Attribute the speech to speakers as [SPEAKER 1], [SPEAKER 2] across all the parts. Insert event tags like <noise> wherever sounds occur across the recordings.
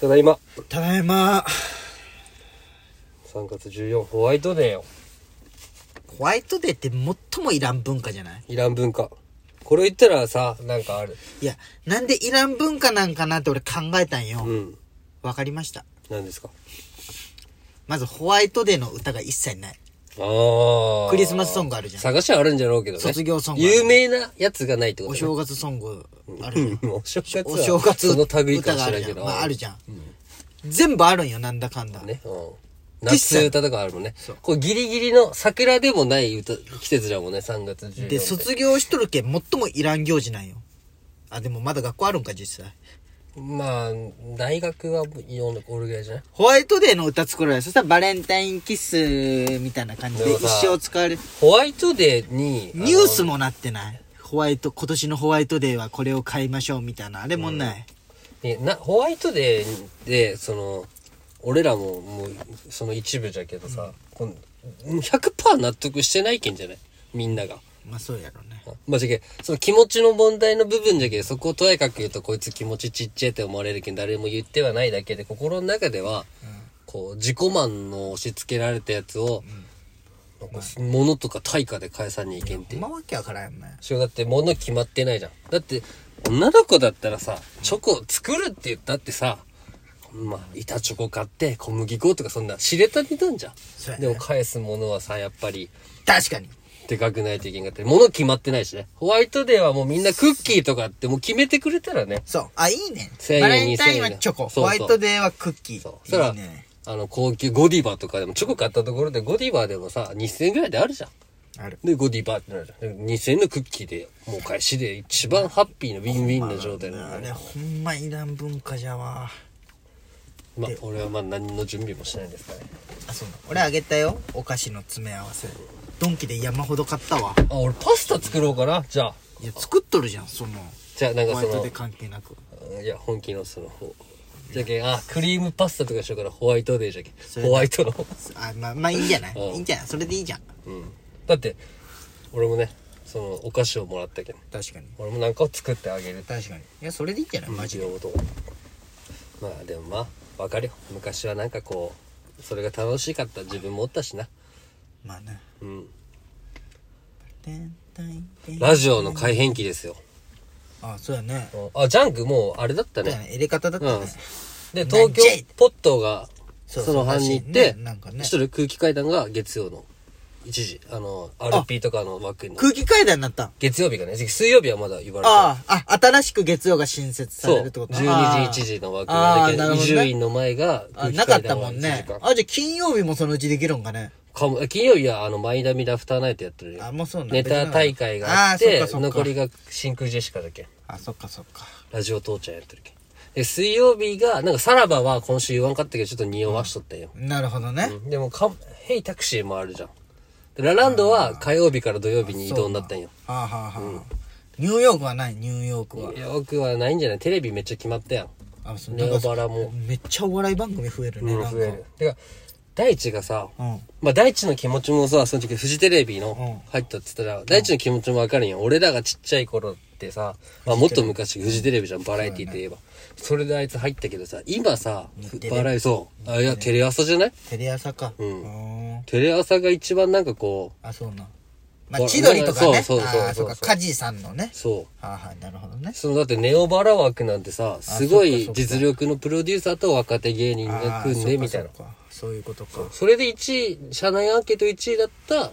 [SPEAKER 1] ただいま、
[SPEAKER 2] ただいま
[SPEAKER 1] 3月14ホワイトデーよ。
[SPEAKER 2] ホワイトデーって最もイラン文化じゃない
[SPEAKER 1] イラン文化。これ言ったらさ、なんかある。
[SPEAKER 2] いやなんでイラン文化なんかなって俺考えたんよ
[SPEAKER 1] うん。
[SPEAKER 2] わ、かりました
[SPEAKER 1] 何ですか
[SPEAKER 2] まずホワイトデーの歌が一切ない
[SPEAKER 1] ああ。
[SPEAKER 2] クリスマスソングあるじゃん
[SPEAKER 1] 探しはあるんじゃろうけどね。
[SPEAKER 2] 卒業ソング
[SPEAKER 1] 有名なやつがないってこ
[SPEAKER 2] お
[SPEAKER 1] とね。
[SPEAKER 2] 正月ソングあるじゃん
[SPEAKER 1] うんお正月は。
[SPEAKER 2] お正月
[SPEAKER 1] その類
[SPEAKER 2] 歌
[SPEAKER 1] か
[SPEAKER 2] が
[SPEAKER 1] 知
[SPEAKER 2] あ
[SPEAKER 1] ら
[SPEAKER 2] る
[SPEAKER 1] ん
[SPEAKER 2] じ
[SPEAKER 1] け
[SPEAKER 2] ゃん、
[SPEAKER 1] ど。
[SPEAKER 2] まあ、あるじゃん、全部あるんよなんだかんだ、
[SPEAKER 1] ね。うん。夏歌とかあるもんね。こうギリギリの桜でもない歌、季節じゃもんね、3月14
[SPEAKER 2] で卒業しとるけ最もイラン行事なんよあでもまだ学校あるんか実際
[SPEAKER 1] まあ、大学は俺ぐらいじゃない
[SPEAKER 2] ホワイトデーの歌作られるそしたらバレンタインキスみたいな感じで
[SPEAKER 1] でも
[SPEAKER 2] 一
[SPEAKER 1] さ
[SPEAKER 2] 生使われる
[SPEAKER 1] ホワイトデーに、
[SPEAKER 2] ニュースもなってないホワイト今年のホワイトデーはこれを買いましょうみたいなあれもない、
[SPEAKER 1] ねなホワイトデーでその俺らももうその一部じゃけどさ、こん、100%納得してないけんじゃないみんなが。
[SPEAKER 2] まあそうやろね
[SPEAKER 1] まあ、じゃけんその気持ちの問題の部分じゃけんそこをとやかく言うとこいつ気持ちちっちゃいって思われるけん誰も言ってはないだけで心の中では、こう自己満の押し付けられたやつを、なんか物とか対価で返さにいけんっていう
[SPEAKER 2] まあわけわからんよね
[SPEAKER 1] しかもだって物決まってないじゃん。だって、女の子だったらさ、チョコ作るって言ったってさ、まあ、板チョコ買って、小麦粉とかそんな、知れたてなんじゃん。
[SPEAKER 2] そうやね
[SPEAKER 1] でも返すものはさ、やっぱり、
[SPEAKER 2] 確かに
[SPEAKER 1] でかくないといけんかったり、物決まってないしね。ホワイトデーはもうみんなクッキーとかってもう決めてくれたらね。
[SPEAKER 2] そうあいいね
[SPEAKER 1] 1000円
[SPEAKER 2] バレンタインは
[SPEAKER 1] 2000円
[SPEAKER 2] チョコ
[SPEAKER 1] そうそう
[SPEAKER 2] ホワイトデーはクッキー
[SPEAKER 1] そう。そしたら、
[SPEAKER 2] いいね
[SPEAKER 1] あの、高級ゴディバとかでも、チョコ買ったところでゴディバでもさ、2000円ぐらいであるじゃん。
[SPEAKER 2] ある
[SPEAKER 1] で、ゴディバってなるじゃん。で2000円のクッキーで、もう返しで一番ハッピーなウィンウィンな状態なの
[SPEAKER 2] あれほんまイラン文化じゃわ
[SPEAKER 1] まあ、俺はまあ何の準備もしないですからね。
[SPEAKER 2] あそうなの俺あげたよお菓子の詰め合わせドンキで山ほど買ったわ
[SPEAKER 1] あ、俺パスタ作ろうかな、じゃあ。
[SPEAKER 2] いや作っとるじゃんその
[SPEAKER 1] じゃあ、なん
[SPEAKER 2] ホ
[SPEAKER 1] か
[SPEAKER 2] ワ
[SPEAKER 1] そ
[SPEAKER 2] イトデー
[SPEAKER 1] の、
[SPEAKER 2] 関係なく
[SPEAKER 1] いや、本気のその、ほじゃけん、あ、クリームパスタとかしようからホワイトデーじゃけ
[SPEAKER 2] そ
[SPEAKER 1] ん。
[SPEAKER 2] れで
[SPEAKER 1] ホワイトの。
[SPEAKER 2] あまあまあいいんじゃない
[SPEAKER 1] うん
[SPEAKER 2] いいんじゃないそれでいいじゃん
[SPEAKER 1] うん。だって、俺もね、その、お菓子をもらったけど、
[SPEAKER 2] 確かに
[SPEAKER 1] 俺もなんかを作ってあげるって。
[SPEAKER 2] 確かにいやそれでいいんじゃないマ
[SPEAKER 1] マ
[SPEAKER 2] ジ
[SPEAKER 1] ジ
[SPEAKER 2] で
[SPEAKER 1] のこと。まあ、でもまあ、わかるよ。昔はなんかこう、それが楽しかった自分もおったしな。
[SPEAKER 2] まあね
[SPEAKER 1] うん。
[SPEAKER 2] 天体天
[SPEAKER 1] ラジオの改変期ですよ。
[SPEAKER 2] あそうやね
[SPEAKER 1] あ、ジャンクもう、あれだった
[SPEAKER 2] そう
[SPEAKER 1] ね
[SPEAKER 2] や。ね入れ方だったね
[SPEAKER 1] で、東京
[SPEAKER 2] なんじゃい
[SPEAKER 1] ポットが、
[SPEAKER 2] そう
[SPEAKER 1] その班に行っ
[SPEAKER 2] そうら
[SPEAKER 1] て
[SPEAKER 2] しいねなんか、ね
[SPEAKER 1] 一人空気階段が月曜の1時、あの、RP とかの枠に、
[SPEAKER 2] 空気階段になったん
[SPEAKER 1] 月曜日がね、水曜日はまだ言われて
[SPEAKER 2] あああ新しく月曜が新設さ
[SPEAKER 1] そ
[SPEAKER 2] れ
[SPEAKER 1] う、
[SPEAKER 2] るってこと
[SPEAKER 1] 12時1時の枠
[SPEAKER 2] あ
[SPEAKER 1] だ
[SPEAKER 2] ー
[SPEAKER 1] け
[SPEAKER 2] なる
[SPEAKER 1] ど、
[SPEAKER 2] ほ
[SPEAKER 1] 伊
[SPEAKER 2] ど
[SPEAKER 1] 集
[SPEAKER 2] ね
[SPEAKER 1] 院の前が
[SPEAKER 2] あ
[SPEAKER 1] 空
[SPEAKER 2] な
[SPEAKER 1] 気
[SPEAKER 2] かっ
[SPEAKER 1] 階
[SPEAKER 2] た
[SPEAKER 1] 段
[SPEAKER 2] も
[SPEAKER 1] は
[SPEAKER 2] ん
[SPEAKER 1] 1
[SPEAKER 2] ね
[SPEAKER 1] 時間。
[SPEAKER 2] あじゃあ金曜日もそのうちできるんかね
[SPEAKER 1] かも金曜日はあの、マイナビラフターナイトやってるよ
[SPEAKER 2] あもうそうなん
[SPEAKER 1] ネタ大会があっ
[SPEAKER 2] 別
[SPEAKER 1] て
[SPEAKER 2] なのあーそっか、そっか
[SPEAKER 1] 残りが真空ジェシカだけん。
[SPEAKER 2] あそっかそっか
[SPEAKER 1] ラジオ父ちゃんやってるけん。で、水曜日が、なんかさらばは今週言わんかったけど、ちょっと匂わしとったよ。
[SPEAKER 2] なるほどね
[SPEAKER 1] でもか、ヘイタクシーもあるじゃん。でラランドは火曜日から土曜日に移動になったんよ。
[SPEAKER 2] はあはあはあニューヨークはないニューヨークは
[SPEAKER 1] よくはないんじゃないテレビめっちゃ決まったやん。
[SPEAKER 2] あそう
[SPEAKER 1] ネオバラも
[SPEAKER 2] めっちゃお笑い番組増えるねなんか
[SPEAKER 1] 増える。てか、大地がさ、
[SPEAKER 2] うん
[SPEAKER 1] まあ大地の気持ちもさ、その時フジテレビの
[SPEAKER 2] うん
[SPEAKER 1] 入ったって言ったら、大地の気持ちもわかるんよ。俺らがちっちゃい頃ってさ、まあもっと昔フジテレビじゃん、バラエティといえば。それであいつ入ったけどさ、今さ
[SPEAKER 2] 日、テレ
[SPEAKER 1] バラエそう。あ、いや、テレ朝じゃない
[SPEAKER 2] テレ朝かうん
[SPEAKER 1] テレ朝が一番なんかこう、
[SPEAKER 2] あそうなんまあ
[SPEAKER 1] わ
[SPEAKER 2] 千鳥とかね
[SPEAKER 1] そうそうそうそう
[SPEAKER 2] あーそうか
[SPEAKER 1] そう
[SPEAKER 2] 梶さんのね
[SPEAKER 1] そう。
[SPEAKER 2] はあはあなるほどね
[SPEAKER 1] そのだってネオバラ枠なんてさ、すご
[SPEAKER 2] そっか
[SPEAKER 1] い
[SPEAKER 2] そっか
[SPEAKER 1] 実力のプロデューサーと若手芸人が
[SPEAKER 2] あ
[SPEAKER 1] 組んでみたいな
[SPEAKER 2] ー。そっかそっかそういうことか
[SPEAKER 1] それで1位、社内アンケート1位だった、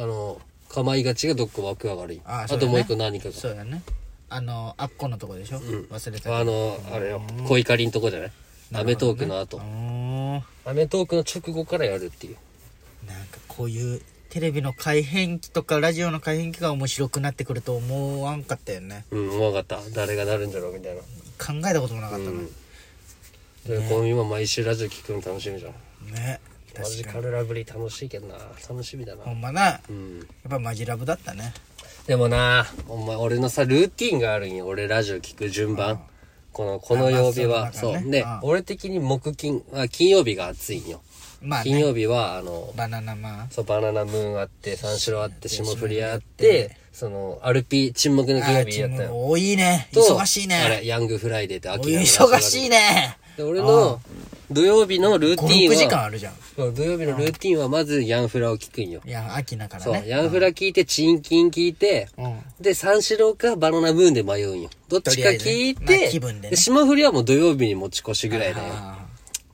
[SPEAKER 1] あの、かまいがちがどっか枠上がり。
[SPEAKER 2] あ
[SPEAKER 1] あ
[SPEAKER 2] ーそう
[SPEAKER 1] と
[SPEAKER 2] だね
[SPEAKER 1] もう一個何かが。
[SPEAKER 2] そうやねあのあっこのとこでしょ忘れたけど
[SPEAKER 1] あの、あれよ、恋かりんとこじゃないアメトークの後
[SPEAKER 2] う。ーん
[SPEAKER 1] アメトークの直後からやるっていう。
[SPEAKER 2] なんかこういうテレビの改変期とかラジオの改変期が面白くなってくると思わんかったよね
[SPEAKER 1] うん、思わなかった。誰がなるんだろうみたいな。
[SPEAKER 2] 考えたこともなかったの、
[SPEAKER 1] うん。で、こう今毎週ラジオ聞くの楽しみじゃん。
[SPEAKER 2] ね
[SPEAKER 1] マジカルラブリー楽しいけどな。楽しみだな
[SPEAKER 2] ほ。んまなや
[SPEAKER 1] うん。
[SPEAKER 2] っぱマジラブだったね
[SPEAKER 1] でもなお前俺のさルーティンがあるんよ俺ラジオ聞く順番このこの曜日
[SPEAKER 2] ま
[SPEAKER 1] は
[SPEAKER 2] あそ
[SPEAKER 1] そう
[SPEAKER 2] だね
[SPEAKER 1] うで
[SPEAKER 2] うん
[SPEAKER 1] 俺的に木金あ金曜日が暑いんよ
[SPEAKER 2] まあ
[SPEAKER 1] 金
[SPEAKER 2] ね
[SPEAKER 1] 曜日はあの
[SPEAKER 2] バナナマン
[SPEAKER 1] そうバナナムーンあって三四郎あって霜降りあってそのアルピー沈黙の金
[SPEAKER 2] あ
[SPEAKER 1] 曜
[SPEAKER 2] ー
[SPEAKER 1] 日
[SPEAKER 2] チ
[SPEAKER 1] や
[SPEAKER 2] ー
[SPEAKER 1] った
[SPEAKER 2] ム
[SPEAKER 1] よ
[SPEAKER 2] 多いね
[SPEAKER 1] と
[SPEAKER 2] 忙しい
[SPEAKER 1] あ
[SPEAKER 2] ね
[SPEAKER 1] れヤングフライデーって秋
[SPEAKER 2] 忙しいね
[SPEAKER 1] で俺の土曜日のルーティン
[SPEAKER 2] 56
[SPEAKER 1] は
[SPEAKER 2] 時間あるじゃん
[SPEAKER 1] そう土曜日のルーティンはまずヤンフラを聞くんよ。
[SPEAKER 2] いや秋だから
[SPEAKER 1] そう、
[SPEAKER 2] ね
[SPEAKER 1] ヤンフラ聞いて、チンキン聞いて、
[SPEAKER 2] うん
[SPEAKER 1] で、三四郎かバナナムーンで迷うんよ。どっちか聞い
[SPEAKER 2] とりあえずねま
[SPEAKER 1] て、
[SPEAKER 2] あ気分でね
[SPEAKER 1] 霜降りはもう土曜日に持ち越しぐらいだよ。
[SPEAKER 2] あ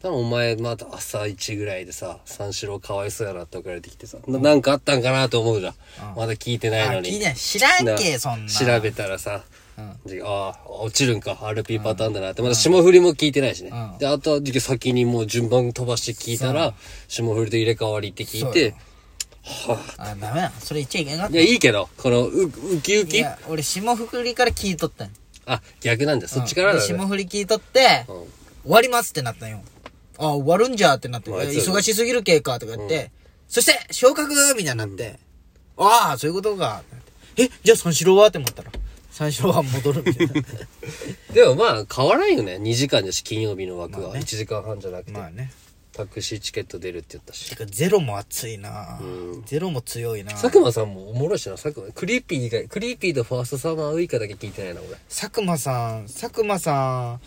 [SPEAKER 1] 多分お前まだ朝一ぐらいでさ、三四郎かわいそうやなって送られてきてさ、ななんかあったんかなと思うじゃん。まだ聞いて
[SPEAKER 2] ー
[SPEAKER 1] ない
[SPEAKER 2] あ
[SPEAKER 1] の
[SPEAKER 2] 聞い
[SPEAKER 1] に
[SPEAKER 2] て。ない知らんけ
[SPEAKER 1] な
[SPEAKER 2] そんな
[SPEAKER 1] 調べたらさ、
[SPEAKER 2] うん
[SPEAKER 1] でああ、落ちるんか、RP パターンだなって、まだ霜降りも聞いてないしね。
[SPEAKER 2] うん
[SPEAKER 1] で、あとはじゃあ先にもう順番飛ばして聞いたら、霜降りと入れ替わりって聞いて、
[SPEAKER 2] あダメだそれ言っちゃいけなかっ
[SPEAKER 1] い
[SPEAKER 2] た
[SPEAKER 1] や、いいけど、このう、ウキウ
[SPEAKER 2] い
[SPEAKER 1] キ
[SPEAKER 2] や俺霜降りから聞いとったんよ
[SPEAKER 1] あ、逆なんだ。そっちから
[SPEAKER 2] うん
[SPEAKER 1] だ
[SPEAKER 2] で
[SPEAKER 1] ね。
[SPEAKER 2] 霜降り聞いとって、
[SPEAKER 1] うん
[SPEAKER 2] 終わりますってなったんよあ終わるんじゃってなって、
[SPEAKER 1] まあ
[SPEAKER 2] いや
[SPEAKER 1] そう
[SPEAKER 2] 忙しすぎる系かとか言って、そして昇格みたいになって、ああそういうことかってなってえじゃあ三四郎はって思ったら三四郎は戻るみたいな
[SPEAKER 1] <laughs> でもまあ、変わらんよね。2時間だし、金曜日の枠は。1時間半じゃなくて。
[SPEAKER 2] まあね。
[SPEAKER 1] タクシーチケット出るって言ったして
[SPEAKER 2] かゼロも熱いな、ゼロも強いな
[SPEAKER 1] 佐久間さんもおもろいしな、佐久間。クリーピー以外、クリーピーとファーストサマーウイカだけ聞いてないな、俺。
[SPEAKER 2] 佐久間さん佐久間さん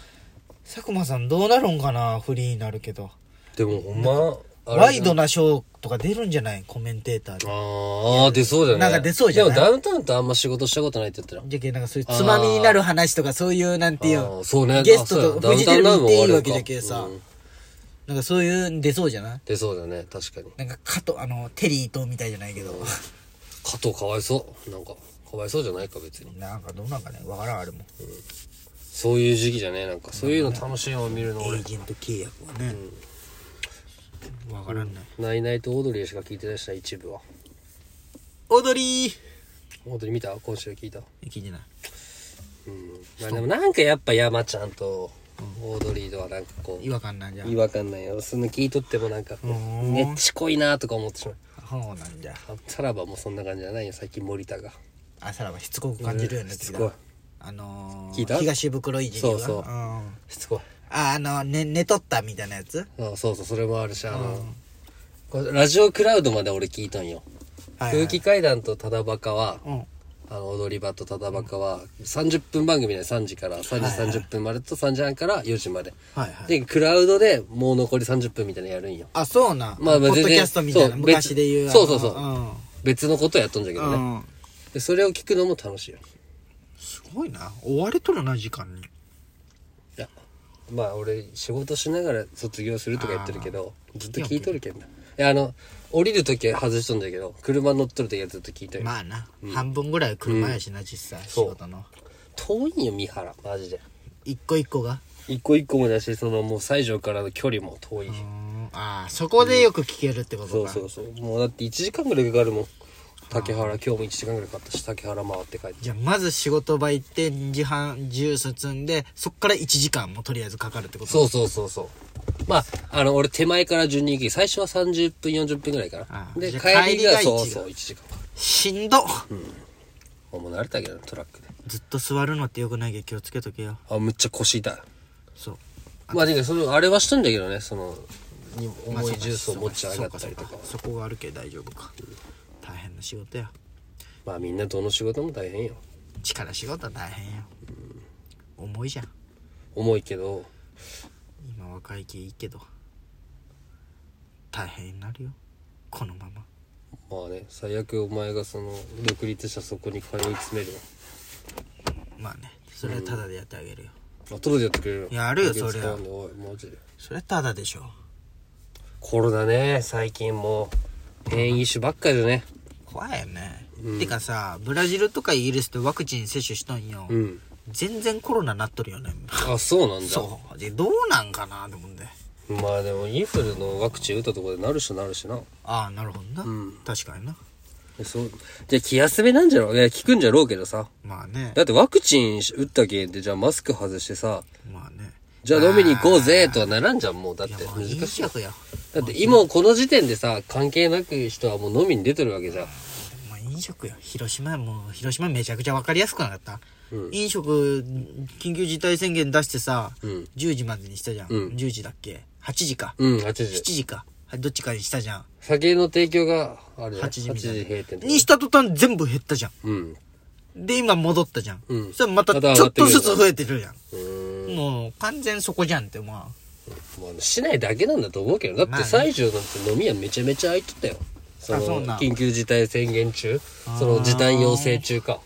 [SPEAKER 2] 佐久間さんどうなるんかなフリーになるけど
[SPEAKER 1] でもほんま、あれ
[SPEAKER 2] ワイドなショーとか出るんじゃないコメンテーターで
[SPEAKER 1] あー、出そうじゃない
[SPEAKER 2] なんか出そうじゃない
[SPEAKER 1] でもダウンタウンとあんま仕事したことないって言ったら。
[SPEAKER 2] じゃけなんかそういうつまみになる話とかそういうなんてい
[SPEAKER 1] あー
[SPEAKER 2] う
[SPEAKER 1] そうね
[SPEAKER 2] ゲストと
[SPEAKER 1] あそうや
[SPEAKER 2] フジテレビ行っていいわけ
[SPEAKER 1] ダウンタ
[SPEAKER 2] じゃ
[SPEAKER 1] ウン
[SPEAKER 2] けさ、
[SPEAKER 1] ライブ終わるの
[SPEAKER 2] なんかそういうの出そうじゃない
[SPEAKER 1] 出そうだね、確かに。
[SPEAKER 2] なんか加藤あのテリー伊藤みたいじゃないけど
[SPEAKER 1] 加藤かわいそう。なんか、かわいそうじゃないか、別に。
[SPEAKER 2] なんかどうなんかねわからんあれも
[SPEAKER 1] そういう時期じゃねえ、なんか。そういうの楽しいを見るの
[SPEAKER 2] エ
[SPEAKER 1] 俺
[SPEAKER 2] ー。ジェント契約はねわからんない
[SPEAKER 1] ナイナイとオードリーしか聞いてないしな、一部は。
[SPEAKER 2] オードリー
[SPEAKER 1] オードリー見た今週聞いた。
[SPEAKER 2] 聞いてない
[SPEAKER 1] まあでもなんかやっぱ山ちゃんとオードリーとはなんかこ
[SPEAKER 2] 違和感なんじゃ
[SPEAKER 1] う違和感ないよその聞いとってもなんか
[SPEAKER 2] うーん
[SPEAKER 1] めっちこいなとか思ってしまう
[SPEAKER 2] そうなんじゃ
[SPEAKER 1] あさらばもそんな感じじゃないよ最近森田が
[SPEAKER 2] あさらばしつこく感じるよね
[SPEAKER 1] しつこい
[SPEAKER 2] あのー
[SPEAKER 1] 聞いた
[SPEAKER 2] 東袋いじり
[SPEAKER 1] そう
[SPEAKER 2] は
[SPEAKER 1] そうん
[SPEAKER 2] あ
[SPEAKER 1] しつこい
[SPEAKER 2] あのね寝とったみたいなやつ
[SPEAKER 1] あそうそうそれもあるしあのこれラジオクラウドまで俺聞いとんよ
[SPEAKER 2] はいはい
[SPEAKER 1] 空気階段とただバカは
[SPEAKER 2] うん
[SPEAKER 1] あの踊り場とただバカは30分番組で3時から3時30分までと3時半から4時まで
[SPEAKER 2] はいはい
[SPEAKER 1] でクラウドでもう残り30分みたいなのやるんよ
[SPEAKER 2] あ、そうな。
[SPEAKER 1] まあまあ
[SPEAKER 2] ポッドキャストみたい
[SPEAKER 1] 全
[SPEAKER 2] な、
[SPEAKER 1] 然
[SPEAKER 2] 昔で言う。
[SPEAKER 1] そうそうそうそう
[SPEAKER 2] あの
[SPEAKER 1] 別のことやっとんじゃけ
[SPEAKER 2] う
[SPEAKER 1] どね
[SPEAKER 2] ん。うん。
[SPEAKER 1] でそれを聞くのも楽しいよ
[SPEAKER 2] すごいな。追われとるな、時間に。
[SPEAKER 1] いやまあ俺仕事しながら卒業するとか言ってるけどずっと聞いとるけんないやあの降りる時は外しとんだけど車乗っとる時はずっと聞いとる、
[SPEAKER 2] まあな。半分ぐらい車やしな、実際。仕
[SPEAKER 1] そう
[SPEAKER 2] 事の。
[SPEAKER 1] 遠いんよ三原マジで
[SPEAKER 2] 一個一個が。
[SPEAKER 1] 一個一個もだしそのもう西条からの距離も遠い、
[SPEAKER 2] うんああ、そこでよく聞けるってことか。
[SPEAKER 1] そうそうそうもうだって1時間ぐらいかかるもん竹原今日も1時間ぐらいかかったし竹原回って帰って
[SPEAKER 2] じゃあ、まず仕事場行って、2時半、ジュース積んで、そっから1時間もとりあえずかかるってこと
[SPEAKER 1] そうそうそうそうまああの俺手前から順に行き最初は30分40分ぐらいかな
[SPEAKER 2] ああ
[SPEAKER 1] で
[SPEAKER 2] じゃあ
[SPEAKER 1] 帰りが
[SPEAKER 2] 帰りが一時間
[SPEAKER 1] そうそう1時間
[SPEAKER 2] しんどっ
[SPEAKER 1] もう慣れたけどねトラックで
[SPEAKER 2] ずっと座るのってよくないけど気をつけとけよ。
[SPEAKER 1] あむっちゃ腰痛い
[SPEAKER 2] そう。
[SPEAKER 1] まあ、でそれ、あれはしたんだけどね、その、に重いジュースを持ち上がったりとか
[SPEAKER 2] そう。かそこがあるけど大丈夫か。大変な仕事や。
[SPEAKER 1] まあ、みんなどの仕事も大変よ。
[SPEAKER 2] 力仕事大変よ、重いじゃん
[SPEAKER 1] 重いけど、
[SPEAKER 2] 今若い気いいけど大変になるよこのまま
[SPEAKER 1] まあね、最悪お前がその、独立したそこに通い詰める
[SPEAKER 2] まあねそれはタダでやってあげるよ、
[SPEAKER 1] の。あ、トロでやってくれるの
[SPEAKER 2] やるよ
[SPEAKER 1] 月
[SPEAKER 2] そりゃ
[SPEAKER 1] 間でおい、マジで。
[SPEAKER 2] それはタダでしょ
[SPEAKER 1] コロナね、最近もう、変異種ばっかりでね。
[SPEAKER 2] 怖いよね、てかさブラジルとかイギリスってワクチン接種しとんよ、
[SPEAKER 1] うん。
[SPEAKER 2] 全然コロナなっとるよね <laughs>
[SPEAKER 1] あ、そうなんだ。
[SPEAKER 2] そうでどうなんかなと思うんで
[SPEAKER 1] まあでも、インフルのワクチン打ったところでなるしなるしな。
[SPEAKER 2] ああなるほどな、確かにな
[SPEAKER 1] えそう。じゃあ気休めなんじゃろういや、聞くんじゃろうけどさ。
[SPEAKER 2] まあね
[SPEAKER 1] だってワクチン打ったけんで、じゃあマスク外してさ、
[SPEAKER 2] まあね
[SPEAKER 1] じゃあ飲みに行こうぜとはならんじゃん、もう。だっ
[SPEAKER 2] いや
[SPEAKER 1] て。
[SPEAKER 2] もう飲食や
[SPEAKER 1] だって今この時点でさ、関係なく人はもう飲みに出てるわけじゃん。
[SPEAKER 2] まあ飲食や広島もう広島めちゃくちゃ分かりやすくなかった、飲食緊急事態宣言出してさ、10時までにしたじゃん、10時だっけ8時か、
[SPEAKER 1] うん、8
[SPEAKER 2] 7
[SPEAKER 1] 時。
[SPEAKER 2] 時かはいどっちかにしたじゃん
[SPEAKER 1] 酒の提供が、あれ
[SPEAKER 2] 8時みたいな
[SPEAKER 1] 閉店とか
[SPEAKER 2] にした途端全部減ったじゃん
[SPEAKER 1] うん。
[SPEAKER 2] で今戻ったじゃん、
[SPEAKER 1] うん
[SPEAKER 2] それまた
[SPEAKER 1] ま
[SPEAKER 2] ち
[SPEAKER 1] た上が
[SPEAKER 2] ょ
[SPEAKER 1] っ
[SPEAKER 2] って
[SPEAKER 1] く
[SPEAKER 2] と
[SPEAKER 1] る
[SPEAKER 2] ずつ増えてるじゃん
[SPEAKER 1] うーん。
[SPEAKER 2] もう完全そこじゃんってまあ
[SPEAKER 1] もう市内だけなんだと思うけど、だって西条なんて飲み屋めちゃめちゃ開いとったよ。そ
[SPEAKER 2] あそう
[SPEAKER 1] の、
[SPEAKER 2] なん
[SPEAKER 1] 緊急事態宣言中、その時短要請中か。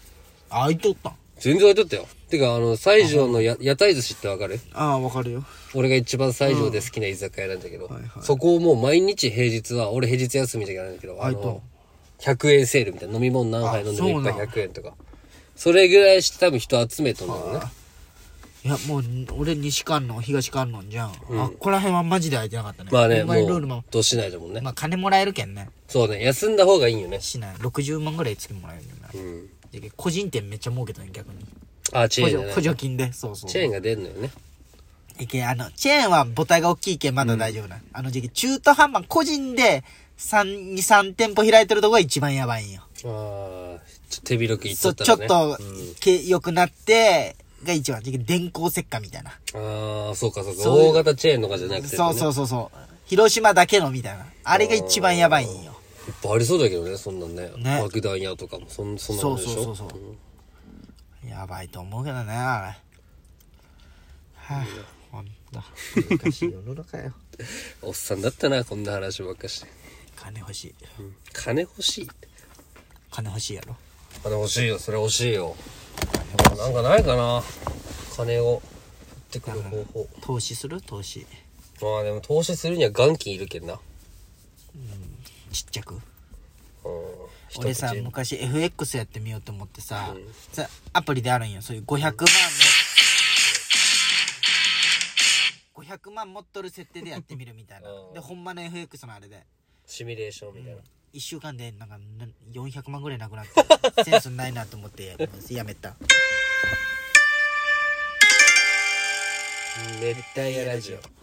[SPEAKER 2] 開いとったん
[SPEAKER 1] 全然開いとったよ。てか、あの、西条のや屋台寿司ってわかる
[SPEAKER 2] ああ、わかるよ。
[SPEAKER 1] 俺が一番西条で好きな居酒屋なんだけど、
[SPEAKER 2] はいはい
[SPEAKER 1] そこをもう毎日平日は、俺平日休みじゃないんだけど、あ
[SPEAKER 2] はいはい
[SPEAKER 1] の、100円セールみたいな、飲み物何杯飲んでも
[SPEAKER 2] あ
[SPEAKER 1] 1
[SPEAKER 2] そうな
[SPEAKER 1] 杯
[SPEAKER 2] ん
[SPEAKER 1] 100円とか。それぐらいして多分人集めとんだろうね。
[SPEAKER 2] いや、もう、俺、西観音、東観音じゃん。あっこら辺はマジで開いてなかったね。
[SPEAKER 1] まあね、
[SPEAKER 2] ほん
[SPEAKER 1] も
[SPEAKER 2] まにルールも
[SPEAKER 1] う、。どしないだもんね。
[SPEAKER 2] まあ、金もらえるけんね。
[SPEAKER 1] そうね、休んだ方がいいよね。
[SPEAKER 2] しない。60万ぐらい月もらえるけんな。
[SPEAKER 1] うん。
[SPEAKER 2] で個人店めっちゃ儲けたね、逆に。
[SPEAKER 1] あ、チェー
[SPEAKER 2] 補
[SPEAKER 1] ンだ
[SPEAKER 2] 助補
[SPEAKER 1] ね。
[SPEAKER 2] 助金で。そうそう。
[SPEAKER 1] チェーンが出んのよね。
[SPEAKER 2] いけ、あの、チェーンは母体が大きいけんまだ大丈夫な、あの時期、中途半端、個人で、3、2、3店舗開いてるとこが一番やばいんよ。
[SPEAKER 1] ああ、ちょっと手広くいっと
[SPEAKER 2] そ
[SPEAKER 1] っ
[SPEAKER 2] う、
[SPEAKER 1] た
[SPEAKER 2] ちょ
[SPEAKER 1] らね。
[SPEAKER 2] っと、け、良くなって、が一番、電光石火みたいな。
[SPEAKER 1] ああ、そうかそうか。
[SPEAKER 2] そういう
[SPEAKER 1] 大型チェーンとかじゃなくて、ね。
[SPEAKER 2] そうそうそうそう。広島だけのみたいな。あれが一番やばいんよ。
[SPEAKER 1] いっぱいありそうだけどね、そんなんね。
[SPEAKER 2] ね
[SPEAKER 1] 爆弾屋とかも、そん、そんな
[SPEAKER 2] そ
[SPEAKER 1] の
[SPEAKER 2] う
[SPEAKER 1] でし
[SPEAKER 2] そうそ
[SPEAKER 1] ょ
[SPEAKER 2] うそう。やばいと思うけどね、あれ。はぁ、ほんと。難しい世の中よ。
[SPEAKER 1] おっさんだったな、こんな話ばっかして。
[SPEAKER 2] 金欲しい。
[SPEAKER 1] 金欲しいって。
[SPEAKER 2] 金欲しいやろ。
[SPEAKER 1] 金欲しいよ、それ欲しいよ。なんかないかな。金を、ってくる方法。
[SPEAKER 2] 投資する投資。
[SPEAKER 1] まあでも投資するには元金いるけんな。
[SPEAKER 2] ちっちゃく。
[SPEAKER 1] うん。
[SPEAKER 2] 俺さ
[SPEAKER 1] 一口
[SPEAKER 2] 昔 FX やってみようと思ってさ,、さアプリであるんよそういう500万も500万持っとる設定でやってみるみたいな
[SPEAKER 1] うん
[SPEAKER 2] でほんまの FX のあれで
[SPEAKER 1] シミュレーションみたいな。
[SPEAKER 2] 1週間でなんかな400万ぐらいなくなってセンスないなと思ってやめた
[SPEAKER 1] 熱帯夜ラジオ。